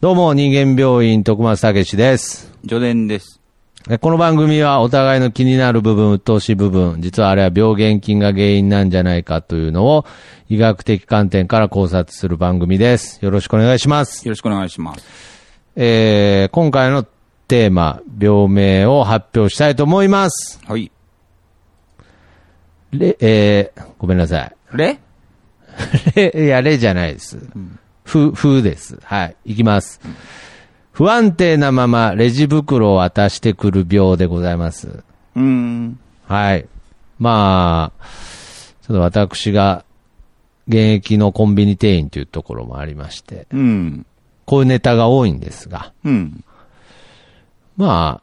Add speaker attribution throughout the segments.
Speaker 1: どうも、人間病院、徳松武史です。
Speaker 2: 助伝です。
Speaker 1: えこの番組はお互いの気になる部分、鬱陶しい部分、実はあれは病原菌が原因なんじゃないかというのを医学的観点から考察する番組です。よろしくお願いします。
Speaker 2: よろしくお願いします。
Speaker 1: えー、今回のテーマ、病名を発表したいと思います。
Speaker 2: はい。
Speaker 1: れ、えー、ごめんなさい。
Speaker 2: れ
Speaker 1: れ、いや、れじゃないです。ふ、ふです。はい。いきます。不安定なままレジ袋を渡してくる病でございます。
Speaker 2: うーん。
Speaker 1: はい。まあ、ちょっと私が現役のコンビニ店員というところもありまして、
Speaker 2: うん。
Speaker 1: こういうネタが多いんですが、
Speaker 2: うん。
Speaker 1: まあ、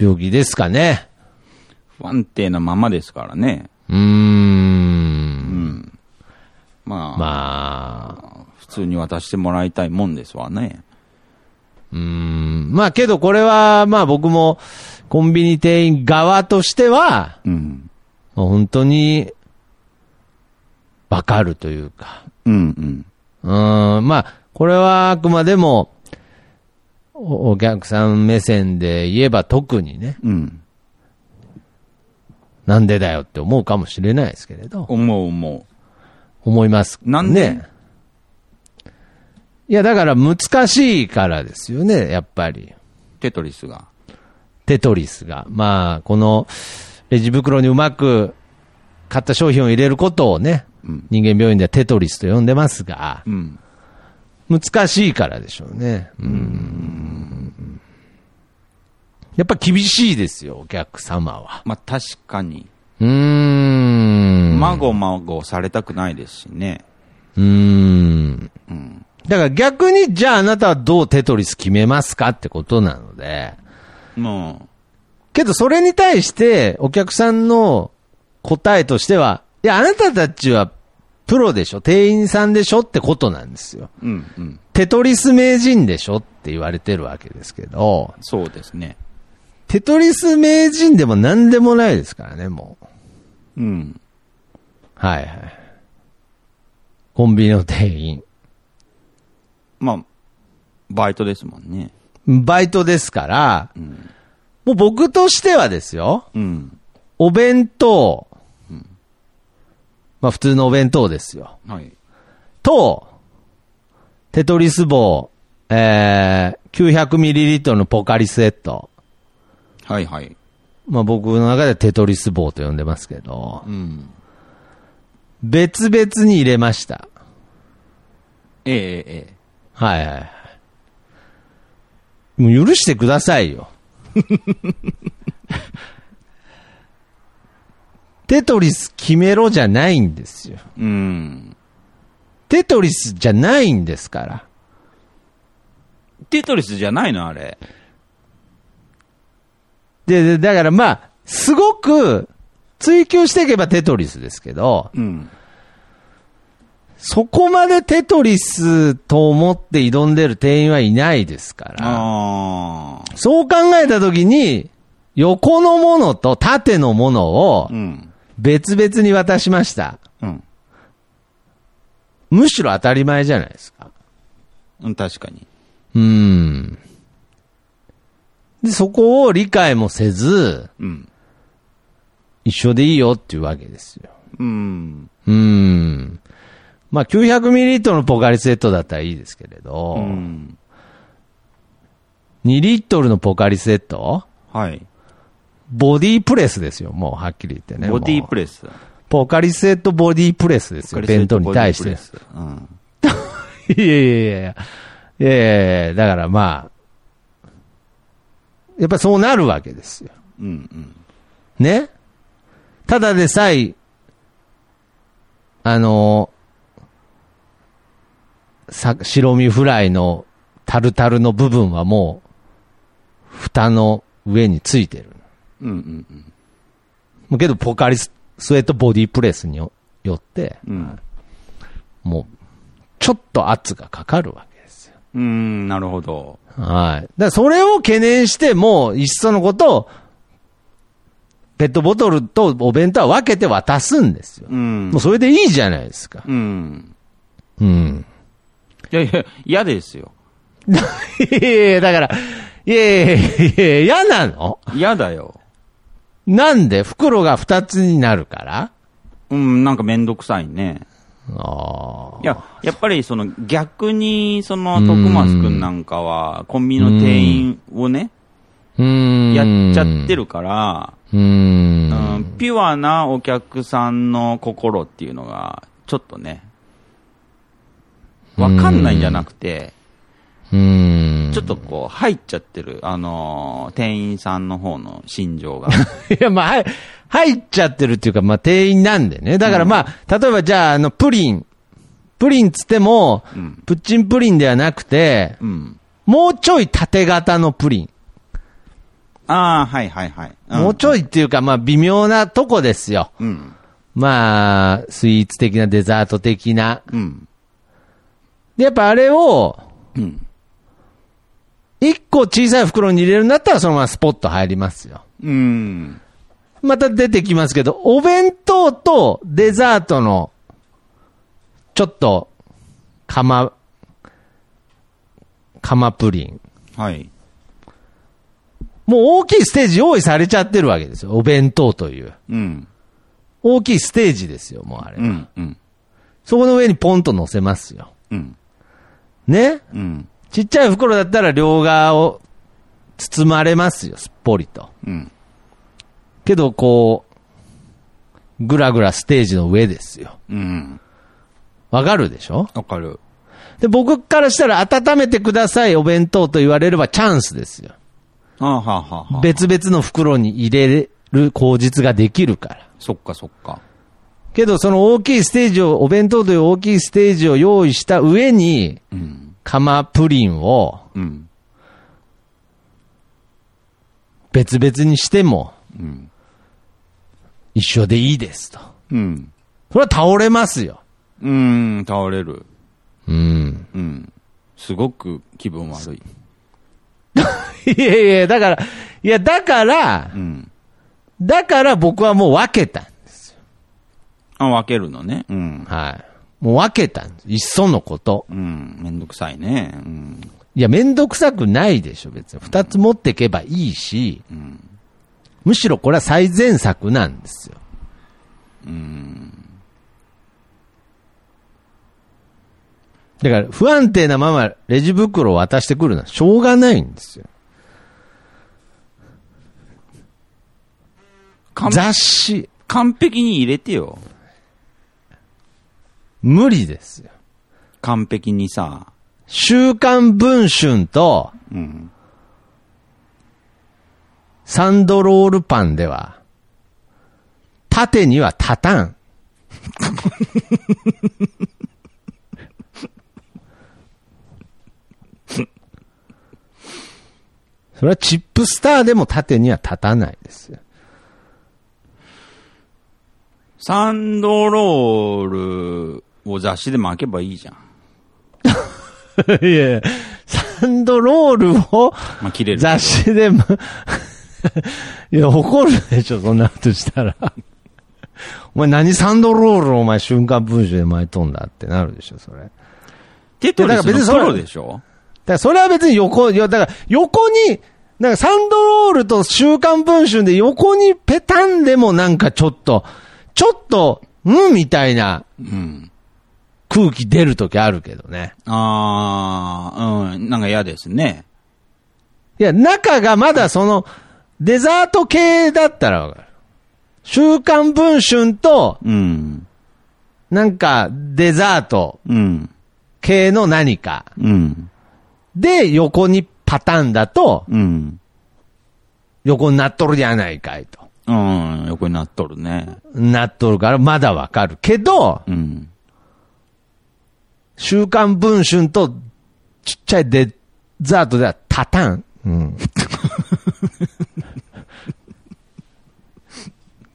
Speaker 1: 病気ですかね。
Speaker 2: 不安定なままですからね。
Speaker 1: うーん。
Speaker 2: まあ、
Speaker 1: まあ、
Speaker 2: 普通に渡してもらいたいもんですわね。
Speaker 1: うーん。まあけどこれは、まあ僕もコンビニ店員側としては、
Speaker 2: うん。
Speaker 1: もう本当に、わかるというか、
Speaker 2: うんうん。
Speaker 1: うーん、まあ、これはあくまでも、おお客さん目線で言えば特にね、
Speaker 2: うん。
Speaker 1: なんでだよって思うかもしれないですけれど、
Speaker 2: 思う思
Speaker 1: 思います、
Speaker 2: なんで
Speaker 1: ね。いや、だから難しいからですよね、やっぱり。
Speaker 2: う。テトリスが。
Speaker 1: テトリスが。まあ、このレジ袋にうまく買った商品を入れることをね、人間病院ではテトリスと呼んでますが、
Speaker 2: うん。
Speaker 1: 難しいからでしょうね。うん。やっぱ厳しいですよ、お客様は。
Speaker 2: まあ確かに。
Speaker 1: うーん。
Speaker 2: まごまごされたくないですしね。
Speaker 1: うーん。だから逆に、じゃああなたはどうテトリス決めますかってことなので、
Speaker 2: も
Speaker 1: けどそれに対してお客さんの答えとしては、いや、あなたたちはプロでしょ、店員さんでしょってことなんですよ。
Speaker 2: う。うんうん。
Speaker 1: テトリス名人でしょって言われてるわけですけど、
Speaker 2: そうですね。
Speaker 1: テトリス名人でも何でもないですからね、もう。
Speaker 2: うん。
Speaker 1: はいはい。コンビニの店
Speaker 2: まあ、バイトですもんね。
Speaker 1: 員。バイトですから、もう僕としてはですよ、
Speaker 2: うん。
Speaker 1: お弁当、まあ普通のお弁当ですよ。
Speaker 2: はい。
Speaker 1: と、テトリス棒、えー、900ml のポカリスエット。
Speaker 2: はいはい。
Speaker 1: まあ僕の中ではテトリス棒と呼んでますけど、
Speaker 2: うん。
Speaker 1: 別々に入れました。
Speaker 2: えええええ
Speaker 1: はいはいはい。もう許してくださいよ。 テトリス決めろじゃないんですよ。
Speaker 2: え。うん。
Speaker 1: テトリスじゃないんですから。
Speaker 2: テトリスじゃないのあれ。
Speaker 1: で、でだからまあ、すごく追求していけばテトリスですけど、
Speaker 2: うん。
Speaker 1: そこまでテトリスと思って挑んでる店員はいないですから。
Speaker 2: ああ。
Speaker 1: そう考えたときに、横のものと縦のものを
Speaker 2: うん。
Speaker 1: 別々に渡しました。
Speaker 2: うん
Speaker 1: むしろ当たり前じゃないですか。
Speaker 2: うん。確かに。
Speaker 1: うん。で、そこを理解もせず、
Speaker 2: うん。
Speaker 1: 一緒でいいよっていうわけですよ。
Speaker 2: うん。
Speaker 1: うん。まあ、900ml のポカリスエットだったらいいですけれど、
Speaker 2: うん。
Speaker 1: 2リットルのポカリスエット
Speaker 2: はい。
Speaker 1: ボディープレスですよ、もう、はっきり言ってね。
Speaker 2: ボディープ
Speaker 1: レ
Speaker 2: レス。
Speaker 1: ポカリスエットボディープレスですよ、弁当に対し
Speaker 2: ボデ
Speaker 1: て
Speaker 2: ィ。ープレスうん。
Speaker 1: いやいやいやいや。いやいやいやだからまあ、やっぱりそうなるわけですよ。
Speaker 2: うん
Speaker 1: ねただでさえ、あの、さ、白身フライのタルタルの部分はもう、蓋の上についてる。
Speaker 2: うん。うんうん
Speaker 1: けど、ポカリススエットボディプレスによよって、
Speaker 2: うん。
Speaker 1: もう、ちょっと圧がかかるわけですよ。
Speaker 2: うん。うん、なるほど。
Speaker 1: はい。だからそれを懸念して、もう、いっそのこと、ペットボトルとお弁当は分けて渡すんですよ。
Speaker 2: うん
Speaker 1: もう。それでいいじゃないですか。
Speaker 2: うん。
Speaker 1: うん。
Speaker 2: いやいや、嫌ですよ。
Speaker 1: いやいやいやだから、いやいやいやいや、嫌なの
Speaker 2: 嫌だよ。
Speaker 1: なんで袋が二つになるから
Speaker 2: うん、なんかめんどくさいね。
Speaker 1: ああ。
Speaker 2: いや、やっぱりその逆に、その徳松くんなんかは、コンビニの店員をね、
Speaker 1: うーん。
Speaker 2: やっちゃって。るから、
Speaker 1: うー。
Speaker 2: うんん、ピュアなお客さんの心っていうのが、ちょっとね、わかんないんじゃなくて、
Speaker 1: うーん。
Speaker 2: ちょっとこう、入っちゃってる、あのー店員さんの方の心 情が。
Speaker 1: いや、まあ、はい入っちゃってるっていうか、まあ、店員なんでね。だからまあ、例えばじゃあ、あの、プリン。プリンつっても、
Speaker 2: うん。
Speaker 1: プッチンプリンではなくて、
Speaker 2: うん。
Speaker 1: もうちょい縦型のプリン。
Speaker 2: ああ、はいはいはい。
Speaker 1: もうちょいっていうか、まあ、微妙なとこですよ。
Speaker 2: い。うん。
Speaker 1: まあ、スイーツ的な、デザート的な。
Speaker 2: うん。
Speaker 1: で、やっぱあれを、
Speaker 2: うん。
Speaker 1: 一個小さい袋に入れるんだったら、そのままスポッと入りますよ。
Speaker 2: うん。
Speaker 1: また出てきますけど、お弁当とデザートの、ちょっと、釜、釜プリン。
Speaker 2: はい。
Speaker 1: もう大きいステージ用意されちゃってるわけですよ。お弁当という。
Speaker 2: うん。
Speaker 1: 大きいステージですよ、もうあれ。
Speaker 2: うん。うん。
Speaker 1: そこの上にポンと乗せますよ。
Speaker 2: うん。
Speaker 1: ね
Speaker 2: うん。
Speaker 1: ちっちゃい袋だったら両側を包まれますよ、すっぽりと。
Speaker 2: うん。
Speaker 1: けど、こう、ぐらぐらステージの上ですよ。
Speaker 2: うん。
Speaker 1: わかるでしょ
Speaker 2: わかる。
Speaker 1: で、僕からしたら温めてくださいお弁当と言われればチャンスですよ。
Speaker 2: ああ、はあ、はあ、はあ。
Speaker 1: 別々の袋に入れる口実ができるから。
Speaker 2: そっかそっか。
Speaker 1: けど、その大きいステージを、お弁当という大きいステージを用意した上に、
Speaker 2: うん。
Speaker 1: 釜プリンを
Speaker 2: うん。
Speaker 1: 別々にしても
Speaker 2: うん。
Speaker 1: 一緒でいいですと。
Speaker 2: うん。
Speaker 1: それは倒れますよ。
Speaker 2: うん、倒れる。
Speaker 1: うん。
Speaker 2: うん。すごく気分悪い。
Speaker 1: いやいや、だから、いや、だから
Speaker 2: う、ん。
Speaker 1: だから僕はもう分けたんです。
Speaker 2: あ、分けるのね。うん。
Speaker 1: はい。もう分けたんです。いっそのこと。
Speaker 2: うん。めんどくさいね。うん。
Speaker 1: いや、めんどくさくないでしょ、別に。二つ持ってけばいいし、
Speaker 2: うん。
Speaker 1: むしろこれは最善策なんですよ。
Speaker 2: うん。
Speaker 1: だから、不安定なままレジ袋を渡してくるのはしょうがないんですよ。
Speaker 2: 完
Speaker 1: 雑誌、
Speaker 2: 完璧に入れてよ。
Speaker 1: 無理ですよ。
Speaker 2: 完璧にさ。
Speaker 1: 週刊文春と
Speaker 2: うん。
Speaker 1: サンドロールパンでは、縦には立たん。 それはチップスターでも縦には立たないですよ。
Speaker 2: サンドロールを雑誌で巻けばいいじゃん。
Speaker 1: いやいやサンドロールを
Speaker 2: まあ、切れる。
Speaker 1: 雑誌でも、 いや、怒るでしょ、そんなことしたら。お前何サンドロールをお前瞬間文春で巻いとんだってなるでしょ、それ。だか
Speaker 2: テトリス
Speaker 1: だから別に
Speaker 2: の
Speaker 1: そ
Speaker 2: プ
Speaker 1: れ
Speaker 2: ロでしょ
Speaker 1: らそれは別に横、いや、だから横に、なんかサンドロールと週刊文春で横にペタンでもなんかちょっと、ちょっと、うんみたいな
Speaker 2: うん。
Speaker 1: 空気出るときあるけどね。
Speaker 2: ああ、うん。なんか嫌ですね。
Speaker 1: いや、中がまだその、デザート系だったらわかる。週刊文春と、
Speaker 2: うん。
Speaker 1: なんか、デザート
Speaker 2: うん。
Speaker 1: 系の何か。
Speaker 2: うん。
Speaker 1: で、横にパターンだと、
Speaker 2: うん。
Speaker 1: 横になっとるじゃないかいと。
Speaker 2: うん。横になっとるね。
Speaker 1: なっとるから、まだわかるけど、
Speaker 2: うん。
Speaker 1: 週刊文春と、ちっちゃいデザートではパターン。うん。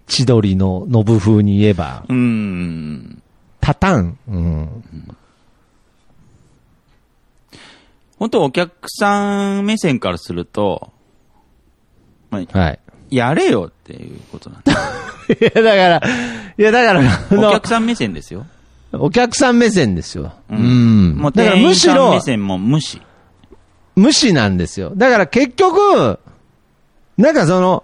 Speaker 1: 千鳥のノブ風に言えば、
Speaker 2: うん。
Speaker 1: パターン。うん。
Speaker 2: 本当お客さん目線からすると、まあ、
Speaker 1: はい。
Speaker 2: やれよっていうことなんだ。
Speaker 1: いや、だから、いや、だから、あ
Speaker 2: お
Speaker 1: の
Speaker 2: 客さん目線ですよ。
Speaker 1: お客さん目線ですよ。うん。
Speaker 2: もう
Speaker 1: だから
Speaker 2: 店
Speaker 1: む
Speaker 2: 員
Speaker 1: し
Speaker 2: さん
Speaker 1: ろ
Speaker 2: 目、線も無視。
Speaker 1: 無視なんですよ。だから結局、なんかその、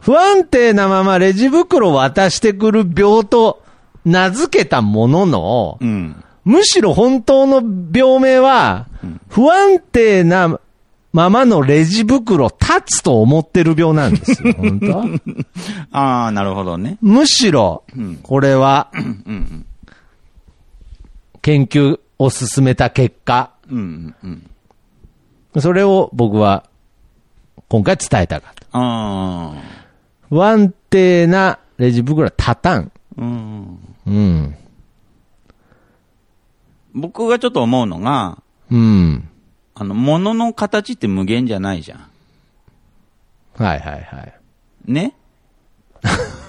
Speaker 1: 不安定なままレジ袋を渡してくる病と名付けたものの、
Speaker 2: うん。
Speaker 1: むしろ本当の病名は、不安定なままのレジ袋立つと思ってる病なんですよ、本当は。
Speaker 2: ああ、なるほどね。
Speaker 1: むしろ、これは、研究を進めた結果、
Speaker 2: うん、うんうん。
Speaker 1: それを僕は今回伝えたかった。
Speaker 2: あ
Speaker 1: 不安定なレジ袋は立たん。
Speaker 2: あ、うん。
Speaker 1: うん。
Speaker 2: 僕がちょっと思うのが、
Speaker 1: うん。
Speaker 2: あの、物の形って無限じゃないじゃん。
Speaker 1: はいはいはい。
Speaker 2: ね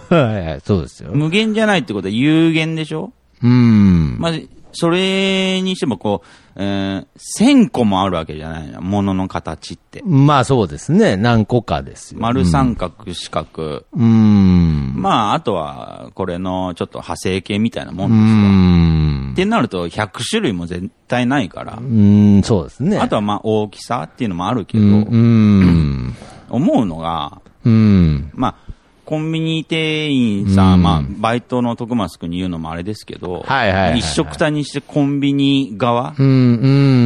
Speaker 1: はいはい、そうですよ。
Speaker 2: 無限じゃないってことは有限でしょ
Speaker 1: うん。
Speaker 2: まあ、それにしてもこう、えー、1000個もあるわけじゃないの。物の形って。
Speaker 1: まあそうですね。何個かですよ。
Speaker 2: 丸三角、四角。
Speaker 1: うん。
Speaker 2: まあ、あとは、これのちょっと派生形みたいなも
Speaker 1: うん
Speaker 2: ですよ。
Speaker 1: ん
Speaker 2: っ。てなると、100種類も絶対ないから
Speaker 1: う。ん、そうですね。
Speaker 2: あとはまあ、大きさっていうのもあるけ
Speaker 1: う
Speaker 2: ど、
Speaker 1: ん、うん。
Speaker 2: 思うのが、
Speaker 1: うん。
Speaker 2: まあ、コンビニ店員さん、
Speaker 1: うん
Speaker 2: まあ、バイトの徳松君に言うのもあれですけど、
Speaker 1: はいはいはいはい
Speaker 2: 一緒くたにしてコンビニ側、
Speaker 1: うん、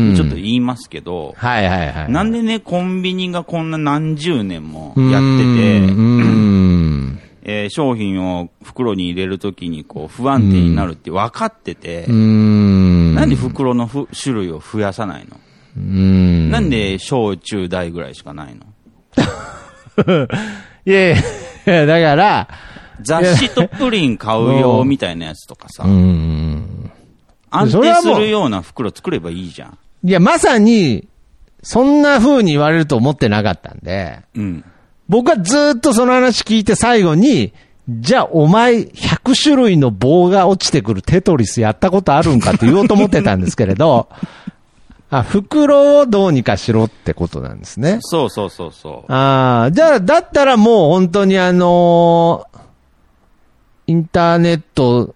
Speaker 1: うん。
Speaker 2: ちょっと言いますけど、
Speaker 1: はいはいはい。
Speaker 2: なんでね、コンビニがこんな何十年も
Speaker 1: うん
Speaker 2: やって
Speaker 1: う
Speaker 2: て、
Speaker 1: ん。
Speaker 2: えー商品を袋に入れるときにこう不安定になるって分かってて、
Speaker 1: うん。
Speaker 2: なんで袋のふ種類を増やさないの、
Speaker 1: うん。
Speaker 2: なんで小中大ぐらいしかないの
Speaker 1: いやいや、だから、
Speaker 2: 雑誌とプリン買うよみたいなやつとかさ
Speaker 1: う、ん。
Speaker 2: 安
Speaker 1: それ
Speaker 2: 定
Speaker 1: は
Speaker 2: す
Speaker 1: もう
Speaker 2: るような袋作ればいいじゃん。
Speaker 1: いや、まさに、そんな風に言われると思ってなかったんで、
Speaker 2: うん。
Speaker 1: 僕はずーっとその話聞いて最後に、じゃあお前100種類の棒が落ちてくるテトリスやったことあるんかって言おうと思ってたんですけれど、あ、袋をどうにかしろってことなんですね。
Speaker 2: そうそうそうそう。
Speaker 1: ああ、じゃあ、だったらもう本当にあのーインターネット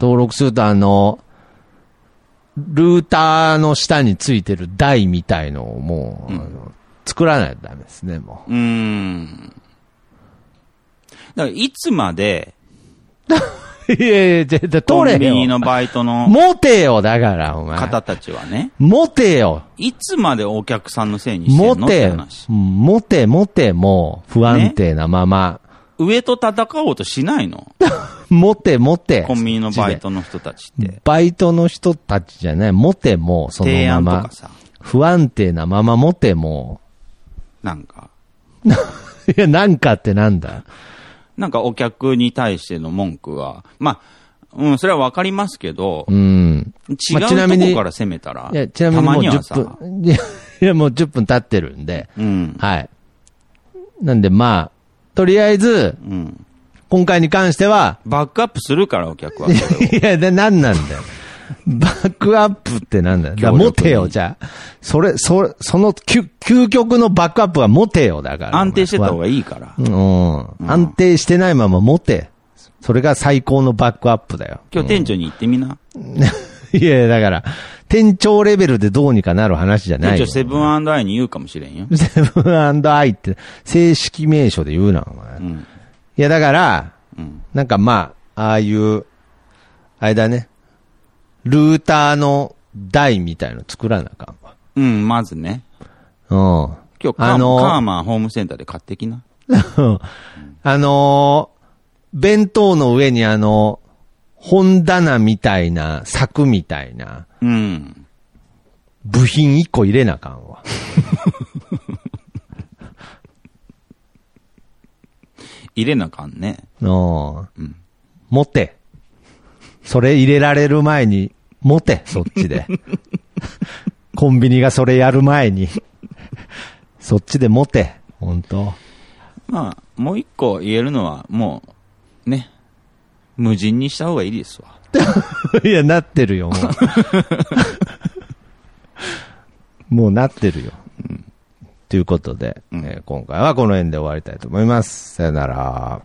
Speaker 1: 登録するとあの、ルーターの下についてる台みたいのをもう、あの作らないとダメですね、も
Speaker 2: うーん。だから、いつまで、
Speaker 1: う。いやいや、じゃあじゃあ
Speaker 2: コ
Speaker 1: 取
Speaker 2: ン
Speaker 1: れ
Speaker 2: ビニ
Speaker 1: よ。
Speaker 2: のバイトの
Speaker 1: 持てよ、だから、お前。
Speaker 2: 方たちはね、
Speaker 1: 持てよ。
Speaker 2: いつまでお客さんのせいにして
Speaker 1: 持
Speaker 2: んのって
Speaker 1: てよ。
Speaker 2: 話。
Speaker 1: うん持て、持て、もう、不安定なまま。
Speaker 2: 上と戦おうとしないの
Speaker 1: 持て、持て。
Speaker 2: コンビニのバイ
Speaker 1: そっ
Speaker 2: トの人たちっ
Speaker 1: ち
Speaker 2: て
Speaker 1: で。。バイトの人たちじゃない。持ても、その
Speaker 2: 提
Speaker 1: ま
Speaker 2: 案と
Speaker 1: ま
Speaker 2: か。さ、
Speaker 1: 不安定なまま持ても、
Speaker 2: なんか、
Speaker 1: いや、なんかってなんだ。
Speaker 2: なんかお客に対しての文句は、まあ、うん、それはわかりますけど、
Speaker 1: うん。
Speaker 2: 違
Speaker 1: まあちなみ
Speaker 2: う
Speaker 1: に
Speaker 2: とこから攻めたら、
Speaker 1: いや、ちなみ
Speaker 2: た
Speaker 1: に
Speaker 2: ま
Speaker 1: もう
Speaker 2: にはさ、
Speaker 1: 10分、い や、いやもう10分経ってるんで、
Speaker 2: うん、
Speaker 1: はい。なんでまあ、とりあえず、
Speaker 2: うん。
Speaker 1: 今回に関しては、
Speaker 2: バックアップするから、お客は。
Speaker 1: いや、で、なんなんだよ。バックアップってなんだよ。だから
Speaker 2: 強力
Speaker 1: 持
Speaker 2: に
Speaker 1: てよ、じゃあ。それ、それ、その究、究極のバックアップは持てよ、だから。
Speaker 2: 安定してた方がいいから。
Speaker 1: うん。安定してないまま持て。それが最高のバックアップだよ。
Speaker 2: 今日店長に行ってみな。
Speaker 1: いやいや、だから、店長レベルでどうにかなる話じゃない
Speaker 2: 店
Speaker 1: よ。
Speaker 2: 長セブンアイに言うかもしれんよ。
Speaker 1: セブンアイって、正式名称で言うな、お前。
Speaker 2: う
Speaker 1: い
Speaker 2: ん。
Speaker 1: や、だから、
Speaker 2: うん。
Speaker 1: なんかまあ、ああいう、あれだね、ルーターの台みたいの作らなあかんわ。
Speaker 2: うん、まずね。
Speaker 1: うん。
Speaker 2: 今日カー、
Speaker 1: あのー
Speaker 2: カーマンホームセンターで買ってきな。
Speaker 1: あのー弁当の上にあの、本棚みたいな、柵みたいな、
Speaker 2: うん。
Speaker 1: 部品一個入れなあかんわ。
Speaker 2: 入れなあかんね。
Speaker 1: うん
Speaker 2: ん
Speaker 1: 持て。それ入れられる前に、持て、そっち で。コンビニがそれやる前に。そっちで持て。本当
Speaker 2: まあ、もう一個言えるのは、もう、ね。無人にした方がいいですわ。
Speaker 1: いや、なってるよ、も う。もうなってるよ。ということで、えー今回はこの辺で終わりたいと思います。さよなら。